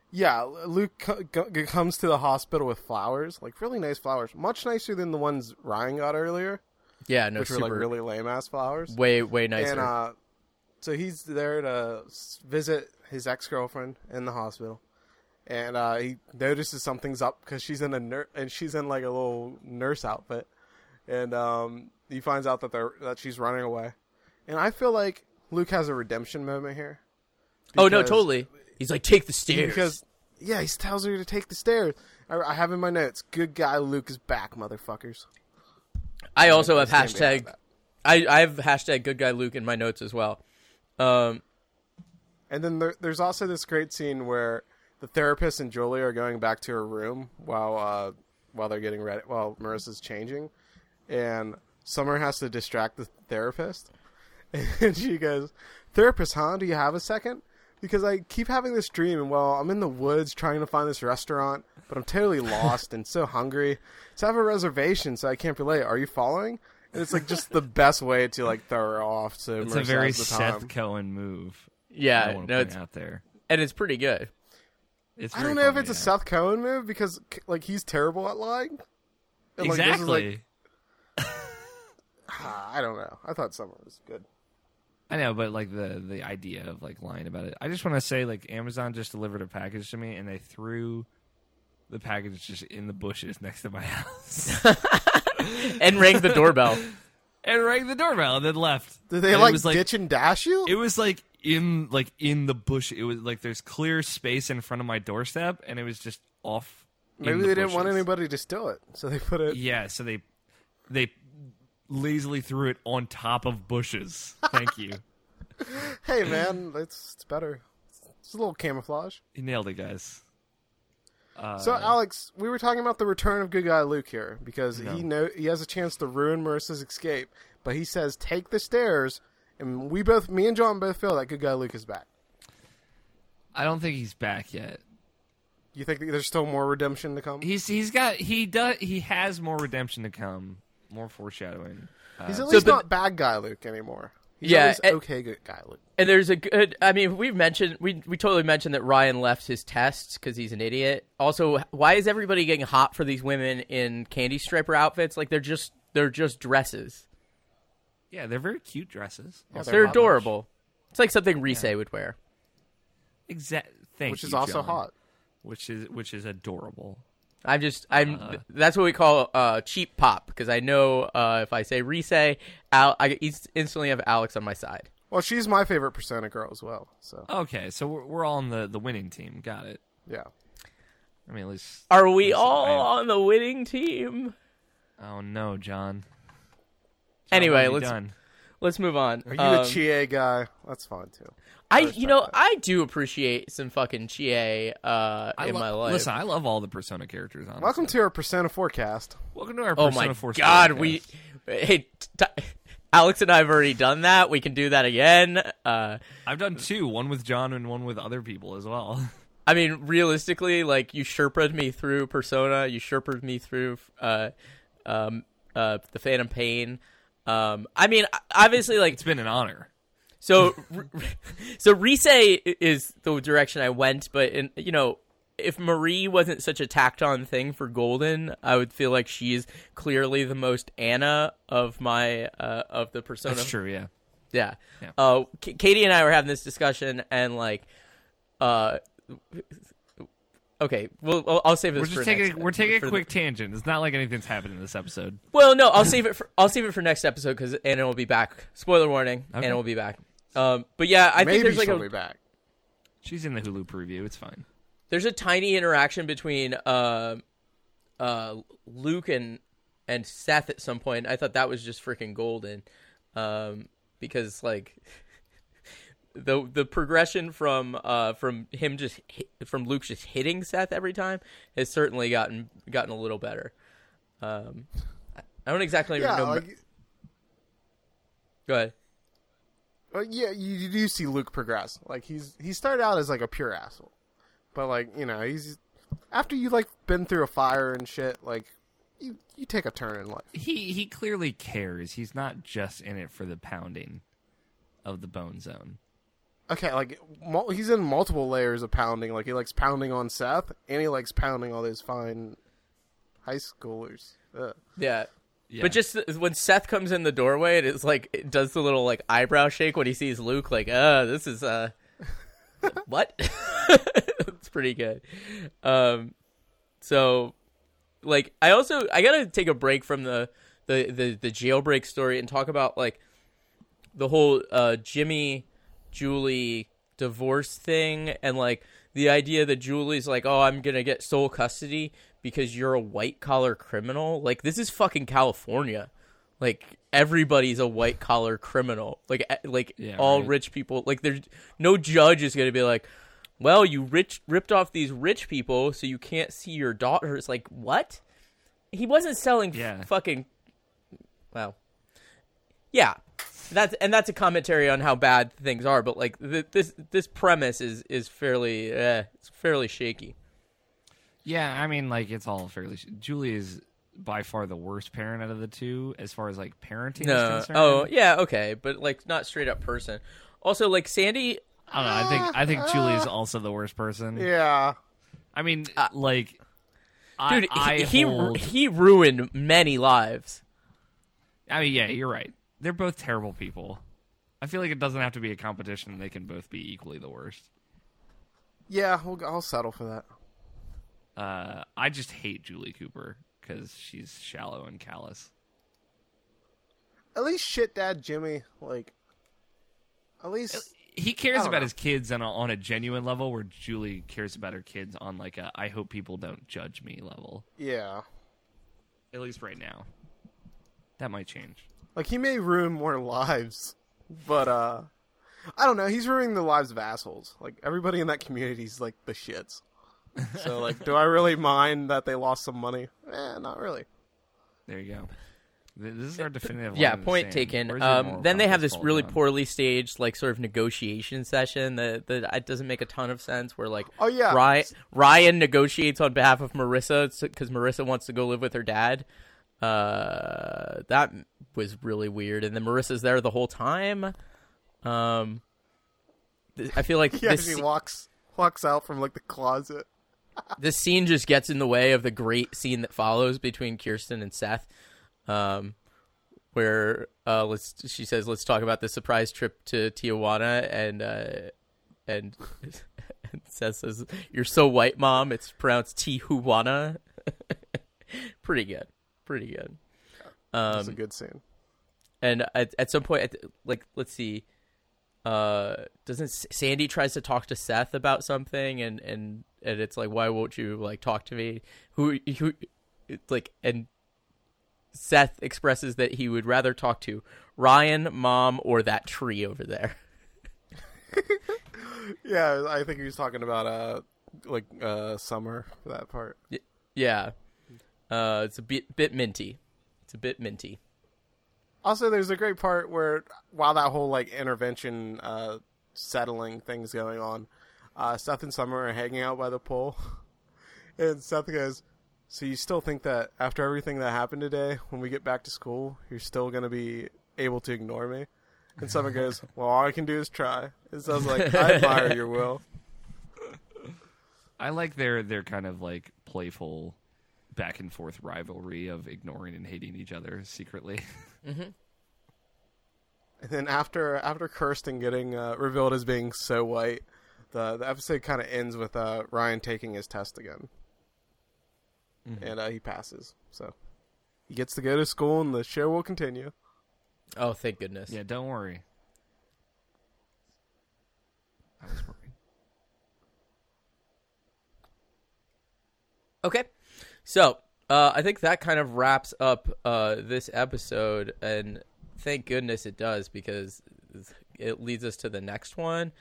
S7: Yeah, Luke co- go- comes to the hospital with flowers, like really nice flowers, much nicer than the ones Ryan got earlier,
S6: Yeah, no,
S7: which
S6: super
S7: were like really lame ass flowers.
S6: way way nicer.
S7: And uh, so he's there to s- visit his ex girlfriend in the hospital, and uh, he notices something's up because she's in a nur- and she's in like a little nurse outfit, and um, he finds out that they're that she's running away, and I feel like Luke has a redemption moment here.
S6: oh no,
S7: because-
S6: totally. He's like, take the stairs.
S7: Because yeah, he tells her to take the stairs. I, I have in my notes. Good guy, Luke is back, motherfuckers.
S6: I also have
S7: Stand behind
S6: hashtag.
S7: that.
S6: I I have hashtag good guy Luke in my notes as well. Um,
S7: And then there, there's also this great scene where the therapist and Julie are going back to her room while uh, while they're getting ready, while Marissa's changing, and Summer has to distract the therapist, (laughs) and she goes, "Therapist, huh? Do you have a second? Because I keep having this dream, and well, I'm in the woods trying to find this restaurant, but I'm totally lost and so hungry. So I have a reservation, so I can't be late. Are you following?" And it's like just the best way to like throw her off. So
S8: It's
S7: Marissa
S8: a very
S7: has the time.
S8: Seth Cohen move. I
S6: yeah,
S8: want to
S6: no,
S8: point
S6: it's
S8: out there.
S6: and it's pretty good.
S8: It's
S7: I
S8: very
S7: don't know if
S8: funny,
S7: it's a
S8: yeah.
S7: Seth Cohen move because c- like he's terrible at lying. And, like, this is,
S8: Exactly.
S7: like- ah, I don't know. I thought Summer was good.
S8: I know, but like the the idea of like lying about it. I just want to say like Amazon just delivered a package to me and they threw the package just in the bushes (laughs) next to my house
S6: And rang the doorbell.
S8: and rang the doorbell and then left.
S7: Did they
S8: And
S7: like,
S8: it was, like
S7: ditch and dash you?
S8: it was like in like in the bush. It was like there's clear space in front of my doorstep and it was just off. in
S7: Maybe
S8: the
S7: they didn't want
S8: bushes.
S7: anybody to steal it, so they put it.
S8: Yeah, so they they lazily threw it on top of bushes.
S7: (laughs)
S8: Thank you. (clears throat)
S7: Hey man, it's, it's better. It's a little camouflage.
S8: you nailed it, guys. Uh,
S7: so Alex, we were talking about the return of good guy Luke here because he know he has a chance to ruin Marissa's escape, but he says take the stairs, and we both, me and John, both feel that good guy Luke is back.
S8: I don't think he's back yet.
S7: You think that there's still more redemption to come?
S8: He's he's got he does he has more redemption to come, more foreshadowing.
S7: He's at least
S6: but-
S7: not bad guy Luke anymore. He's
S6: Yeah,
S7: at least
S6: and-
S7: okay good guy Luke.
S6: And there's a good. I mean, we've mentioned we we totally mentioned that Ryan left his tests because he's an idiot. Also, why is everybody getting hot for these women in candy striper outfits? Like they're just they're just dresses.
S8: Yeah, they're very cute dresses.
S6: They're, adorable. It's like something Rise would wear.
S8: Exact. Thank
S7: which is
S8: you,
S7: also
S8: John.
S7: hot.
S8: Which is which is adorable.
S6: I'm just I'm
S8: Uh-huh.
S6: th- that's what we call uh cheap pop because I know uh if I say Rise, Al- I inst- instantly have Alex on my side.
S7: Well, she's my favorite Persona girl as well. So
S8: Okay, so we're, we're all on the the winning team. Got it.
S7: yeah,
S8: I mean, at least.
S6: Are we
S8: Listen,
S6: all
S8: I-
S6: on the winning team?
S8: Oh no, John. John, what
S6: anyway,
S8: have you
S6: let's
S8: done?
S6: let's move on. Um,
S7: Are you a Chie guy? That's fine too.
S6: I, you know, I do appreciate some fucking Chie uh,
S8: I
S6: in
S8: lo-
S6: my life.
S8: Listen, I love all the Persona characters. Honestly.
S7: Welcome to our Persona forecast.
S8: Welcome to our
S6: oh
S8: Persona
S6: my
S8: 4
S6: god,
S8: Storycast.
S6: we (laughs) hey, t- Alex and I have already done that. We can do that again. Uh,
S8: I've done two, one with John and one with other people as well. (laughs)
S6: I mean, realistically, like you sherped me through Persona, you sherped me through uh, um, uh, the Phantom Pain. Um, I mean, obviously, like
S8: It's been an honor.
S6: So, (laughs) so Risei is the direction I went, but in, you know, if Marie wasn't such a tacked on thing for Golden, I would feel like she is clearly the most Anna of my uh, of the persona.
S8: That's true, yeah.
S6: Yeah.
S8: Yeah.
S6: Uh, K- Katie and I were having this discussion, and like, uh, okay, well, I'll- I'll save this.
S8: We're
S6: for
S8: just taking
S6: next-
S8: a, we're taking
S6: for
S8: a
S6: the-
S8: quick tangent. It's not like anything's happened in this episode.
S6: Well, no, I'll save it. For, I'll save it for next episode because Anna will be back. Spoiler warning:
S8: Okay.
S6: Anna will be back. Um, but yeah, I think
S7: Maybe
S6: there's like
S7: she'll
S6: a
S7: be back.
S8: She's in the Hulu preview. It's fine.
S6: there's a tiny interaction between uh, uh, Luke and and Seth at some point. I thought that was just freaking golden, um, because like (laughs) the the progression from uh, from him just hit, from Luke just hitting Seth every time has certainly gotten gotten a little better. Um, I don't exactly
S7: Yeah,
S6: know.
S7: like,
S6: Go ahead.
S7: uh, yeah, you, you do see Luke progress. Like he's he started out as like a pure asshole, but like you know he's after you like been through a fire and shit. Like you you take a turn in life.
S8: He he clearly cares. He's not just in it for the pounding of the bone zone.
S7: Okay, like mul- he's in multiple layers of pounding. Like he likes pounding on Seth, and he likes pounding all those fine high schoolers. Ugh.
S6: Yeah.
S8: Yeah.
S6: But just th- when Seth comes in the doorway, it's like it does the little like eyebrow shake when he sees Luke. Like, uh, this is uh, what? (laughs) it's pretty good. Um, so like I also I gotta take a break from the the the, the jailbreak story and talk about like the whole uh, Jimmy Julie divorce thing and like the idea that Julie's like, oh, I'm gonna get sole custody because you're a white collar criminal. Like this is fucking California. Like everybody's a white collar criminal. Like e- like
S8: Yeah,
S6: all
S8: right.
S6: rich people. Like there's no judge is gonna be like. Well, you rich ripped off these rich people, so you can't see your daughter. It's like what? He wasn't selling f-
S8: Yeah.
S6: fucking. Well, yeah, that's and that's a commentary on how bad things are. But like th- this this premise is is fairly uh, it's fairly shaky.
S8: yeah, I mean, like it's all fairly. Julie is by far the worst parent out of the two, as far as like parenting. is
S6: No,
S8: concerned.
S6: oh yeah, okay, but like not straight up person. Also, like Sandy,
S8: I don't know. I think I think Julie is also the worst person.
S7: Yeah,
S8: I mean, like, I,
S6: Uh, dude,
S8: I
S6: he,
S8: hold-
S6: he he ruined many lives.
S8: I mean, yeah, you're right. They're both terrible people. I feel like it doesn't have to be a competition. They can both be equally the worst.
S7: yeah. We'll, I'll settle for that.
S8: Uh, I just hate Julie Cooper because she's shallow and callous.
S7: At least shit, Dad Jimmy. Like, at least
S8: He cares
S7: don't
S8: about
S7: know.
S8: his kids on a, on a genuine level, where Julie cares about her kids on like a I hope people don't judge me level.
S7: yeah.
S8: At least right now, that might change.
S7: Like he may ruin more (laughs) lives, but uh, I don't know. He's ruining the lives of assholes. Like everybody in that community's like the shits. So like, do I really mind that they lost some money? Eh, not really.
S8: There you go. Th- This is our definitive. line
S6: Yeah,
S8: in the
S6: point
S8: sand.
S6: taken.
S8: Where's your
S6: Um,
S8: moral
S6: then they have
S8: compass,
S6: this
S8: Paul
S6: really
S8: John?
S6: poorly staged, like sort of negotiation session that that it doesn't make a ton of sense. Where like,
S7: Oh, yeah.
S6: Ryan, Ryan negotiates on behalf of Marissa because Marissa wants to go live with her dad. Uh, that was really weird. And then Marissa's there the whole time. Um, th- I feel like
S7: (laughs) Yeah,
S6: this
S7: he walks walks out from like the closet.
S6: this scene just gets in the way of the great scene that follows between Kirsten and Seth, um, where uh, let's she says let's talk about the surprise trip to Tijuana and uh, and, (laughs) and Seth says you're so white, mom. It's pronounced Tijuana. (laughs) pretty good, pretty good.
S7: That's a good scene.
S6: And at, at some point, at, the- like let's see, uh, doesn't S- Sandy tries to talk to Seth about something, and and and it's like, why won't you like talk to me? Who who, it's like, and Seth expresses that he would rather talk to Ryan, mom, or that tree over there. (laughs)
S7: Yeah, I think he was talking about uh like uh summer for that part.
S6: Y- Yeah. Uh, it's a bit, bit minty. It's a bit minty.
S7: Also, there's a great part where while that whole like intervention uh settling thing's going on, uh Seth and Summer are hanging out by the pool, (laughs) and Seth goes, "So you still think that after everything that happened today, when we get back to school, you're still gonna be able to ignore me?" And Summer goes, "Well, all I can do is try." And Seth's like, "I admire your will."
S8: I like their their kind of like playful back and forth rivalry of ignoring and hating each other secretly. (laughs)
S7: And then after after Kirsten getting uh, revealed as being so white, the the episode kind of ends with uh, Ryan taking his test again,
S6: Mm-hmm.
S7: and uh, he passes. So he gets to go to school, and the show will continue.
S6: Oh, thank goodness.
S8: yeah, don't worry. I was worried.
S6: Okay. So uh, I think that kind of wraps up uh, this episode, and thank goodness it does because it leads us to the next one.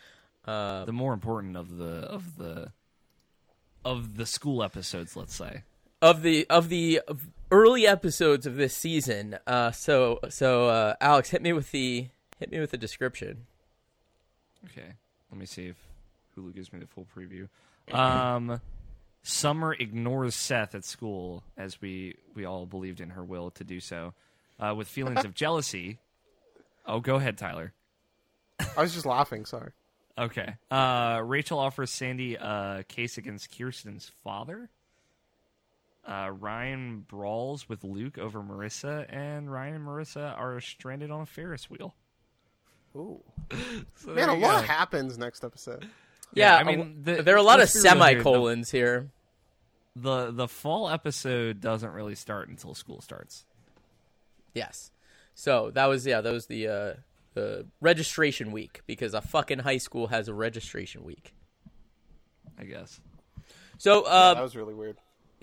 S6: Uh,
S8: The more important of the of the of the school episodes, let's say.
S6: of the of the of early episodes of this season. Uh, so so uh, Alex, hit me with the hit me with the description.
S8: Okay. Let me see if Hulu gives me the full (laughs) preview. Um, Summer ignores Seth at school, as we, we all believed in her will to do so, uh, with feelings (laughs) of jealousy. Oh, go ahead, Tyler.
S7: I was just laughing. Sorry.
S8: Okay. Uh, Rachel offers Sandy a case against Kirsten's father. Uh, Ryan brawls with Luke over Marissa, and Ryan and Marissa are stranded on a Ferris wheel.
S7: Ooh,
S8: So
S7: man,
S8: there
S7: a
S8: you
S7: lot
S8: go.
S7: happens next episode.
S6: Yeah,
S8: I mean,
S6: uh,
S8: the-
S6: there are a lot of
S8: let's be real here, the-
S6: semicolons here.
S8: the the fall episode doesn't really start until school starts.
S6: Yes. So that was yeah that was the uh, the registration week because a fucking high school has a registration week.
S8: I guess.
S6: So uh,
S7: that was really weird.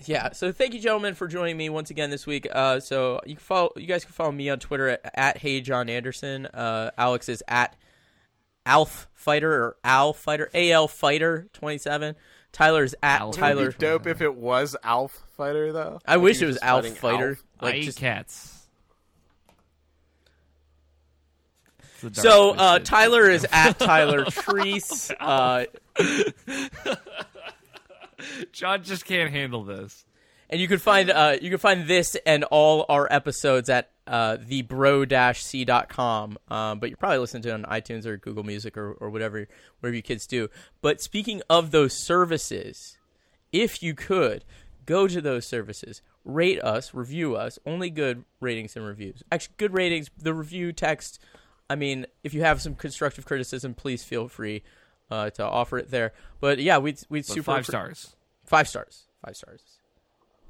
S6: yeah so thank you gentlemen for joining me once again this week uh so you can follow you guys can follow me on twitter at, at hey john anderson uh alex is at alf fighter or al fighter al fighter 27 tyler's at
S8: Alf.
S6: tyler
S8: It'd be
S7: Dope if it was Alf Fighter though.
S6: i wish
S7: he
S6: it was
S7: just
S6: alf
S7: fighting
S6: fighter
S7: Alf.
S6: like
S8: I
S6: just-
S8: eat cats. It's the dark
S6: so uh
S8: twisted-
S6: tyler is at tyler treese uh
S8: (laughs) John just can't handle this.
S6: And you can find uh, you can find this and all our episodes at uh, thebro-c.com. Um, but you're probably listening to it on iTunes or Google Music or, or whatever whatever you kids do. But speaking of those services, if you could go to those services, rate us, review us. Only good ratings and reviews. Actually, good ratings. The review text. I mean, if you have some constructive criticism, please feel free uh, to offer it there. But yeah, we'd we'd
S8: But
S6: super
S8: five stars.
S6: five stars five stars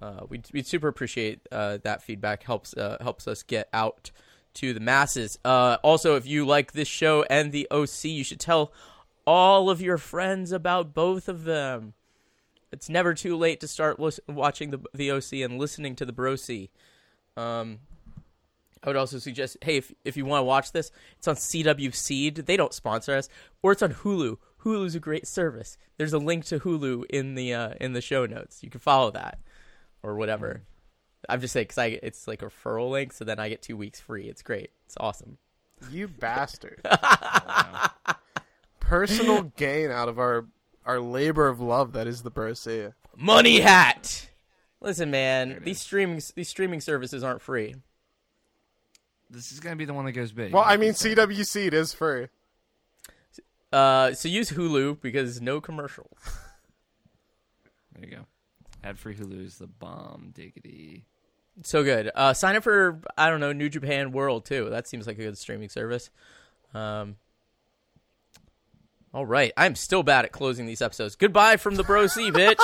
S6: uh, we we super appreciate uh, that feedback helps uh, helps us get out to the masses uh, also if you like this show and the OC you should tell all of your friends about both of them it's never too late to start lis- watching the the OC and listening to the Bro C um I would also suggest, hey, if, if you want to watch this, it's on CW Seed. They don't sponsor us, or it's on Hulu. Hulu's a great service. There's a link to Hulu in the uh, in the show notes. You can follow that, or whatever. I'm just saying because I it's like a referral link, so then I get two weeks free. It's great. It's awesome. (laughs)
S7: You bastard. Personal gain out of our our labor of love that is the Brosia.
S6: Money hat. Listen, man, these streaming these streaming services aren't free.
S8: This is gonna be the one that goes big.
S7: Well, I mean, CWC it is free.
S6: Uh, so use Hulu because no commercials.
S8: there you go. Ad free Hulu is the bomb, diggity.
S6: So good. Uh, sign up for I don't know New Japan World too. That seems like a good streaming service. Um, all right, I'm still bad at closing these episodes. Goodbye from the Bro C, bitch.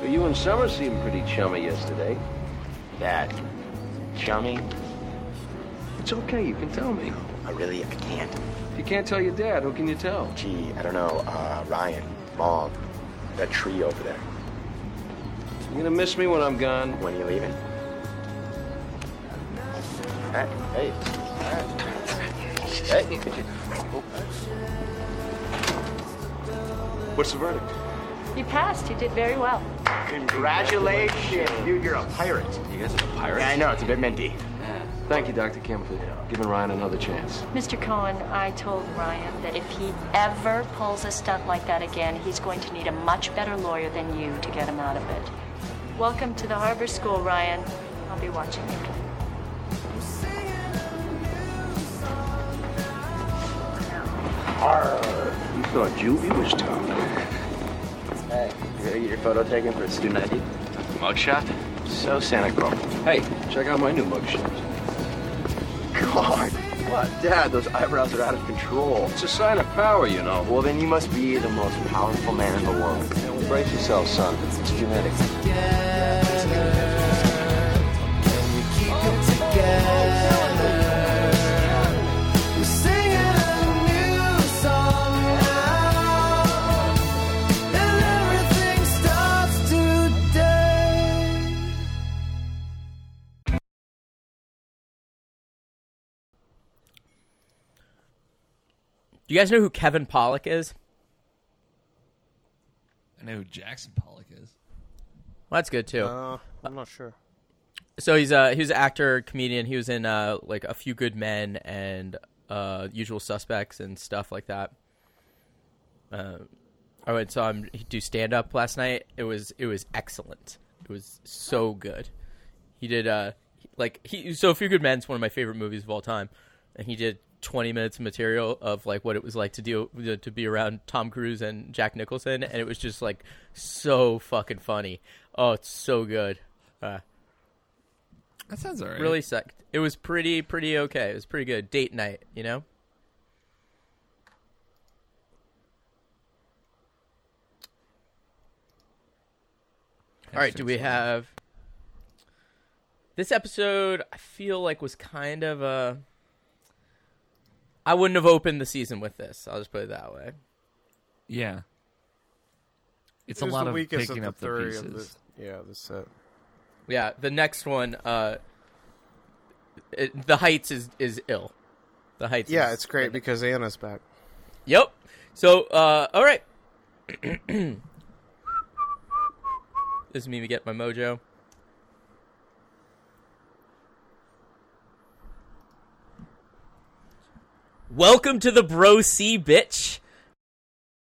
S1: So you and Summer seemed pretty chummy yesterday.
S10: That chummy?
S1: It's okay, you can tell me.
S10: I really, I can't.
S1: If you can't tell your dad, who can you tell?
S10: Gee, I don't know. Uh, Ryan, Mom, that tree over there.
S1: You're gonna miss me when I'm gone.
S10: When are you leaving? Hey, hey. Hey, could you? What's the verdict?
S11: You passed. You did very well.
S10: Congratulations, dude. You're a pirate. You guys are pirates. Yeah, I know. It's a bit minty.
S1: Thank you, Dr. Kim, for giving Ryan another chance.
S11: Mr. Cohen, I told Ryan that if he ever pulls a stunt like that again, he's going to need a much better lawyer than you to get him out of it. Welcome to the Harbor School, Ryan. I'll be watching you.
S1: You thought juvie was tough.
S10: Hey, you gonna get your photo taken for student ID? Mugshot? So Santa Claus.
S1: Hey, check out my new mugshot.
S10: God. What? Dad, those eyebrows are out of control. It's a sign of power, you know. Well, then you must be the most powerful man in the world. Brace yourself, son. It's genetic.
S5: We're singing a new song now, and
S8: Uh,
S5: everything starts today.
S6: Do you guys know who Kevin Pollock is?
S12: I know who Jackson Pollock is.
S6: Well, that's good too.
S7: Uh, I'm not sure.
S6: so he's uh he was an actor, comedian. He was in uh like a few Good Men and uh Usual Suspects and stuff like that. Uh, I went and saw him do stand up last night. It was it was excellent. It was so good. He did uh like he so a few Good Men's one of my favorite movies of all time, and he did. 20 minutes of material of like what it was like to deal to be around Tom Cruise and Jack Nicholson and it was just like so fucking funny. Oh, it's so good. Uh,
S12: That sounds alright.
S6: really sucked. It was pretty, pretty okay. It was pretty good. Date night, you know. All right, do we have this episode? I feel like was kind of a. I wouldn't have opened the season with this. I'll just put it that way.
S8: Yeah. It's
S7: It
S8: a
S7: was
S8: lot
S7: the
S8: of
S7: weakest
S8: picking
S7: of
S8: up the
S7: three
S8: pieces.
S7: Of this, yeah, this set.
S6: Yeah, the next one, uh, it, the heights is is ill. The heights.
S7: Yeah,
S6: is-
S7: it's great because Anna's back.
S6: Yep. So, uh, all right. (clears throat) this is me to get my mojo. Welcome to the Bro C Bitch.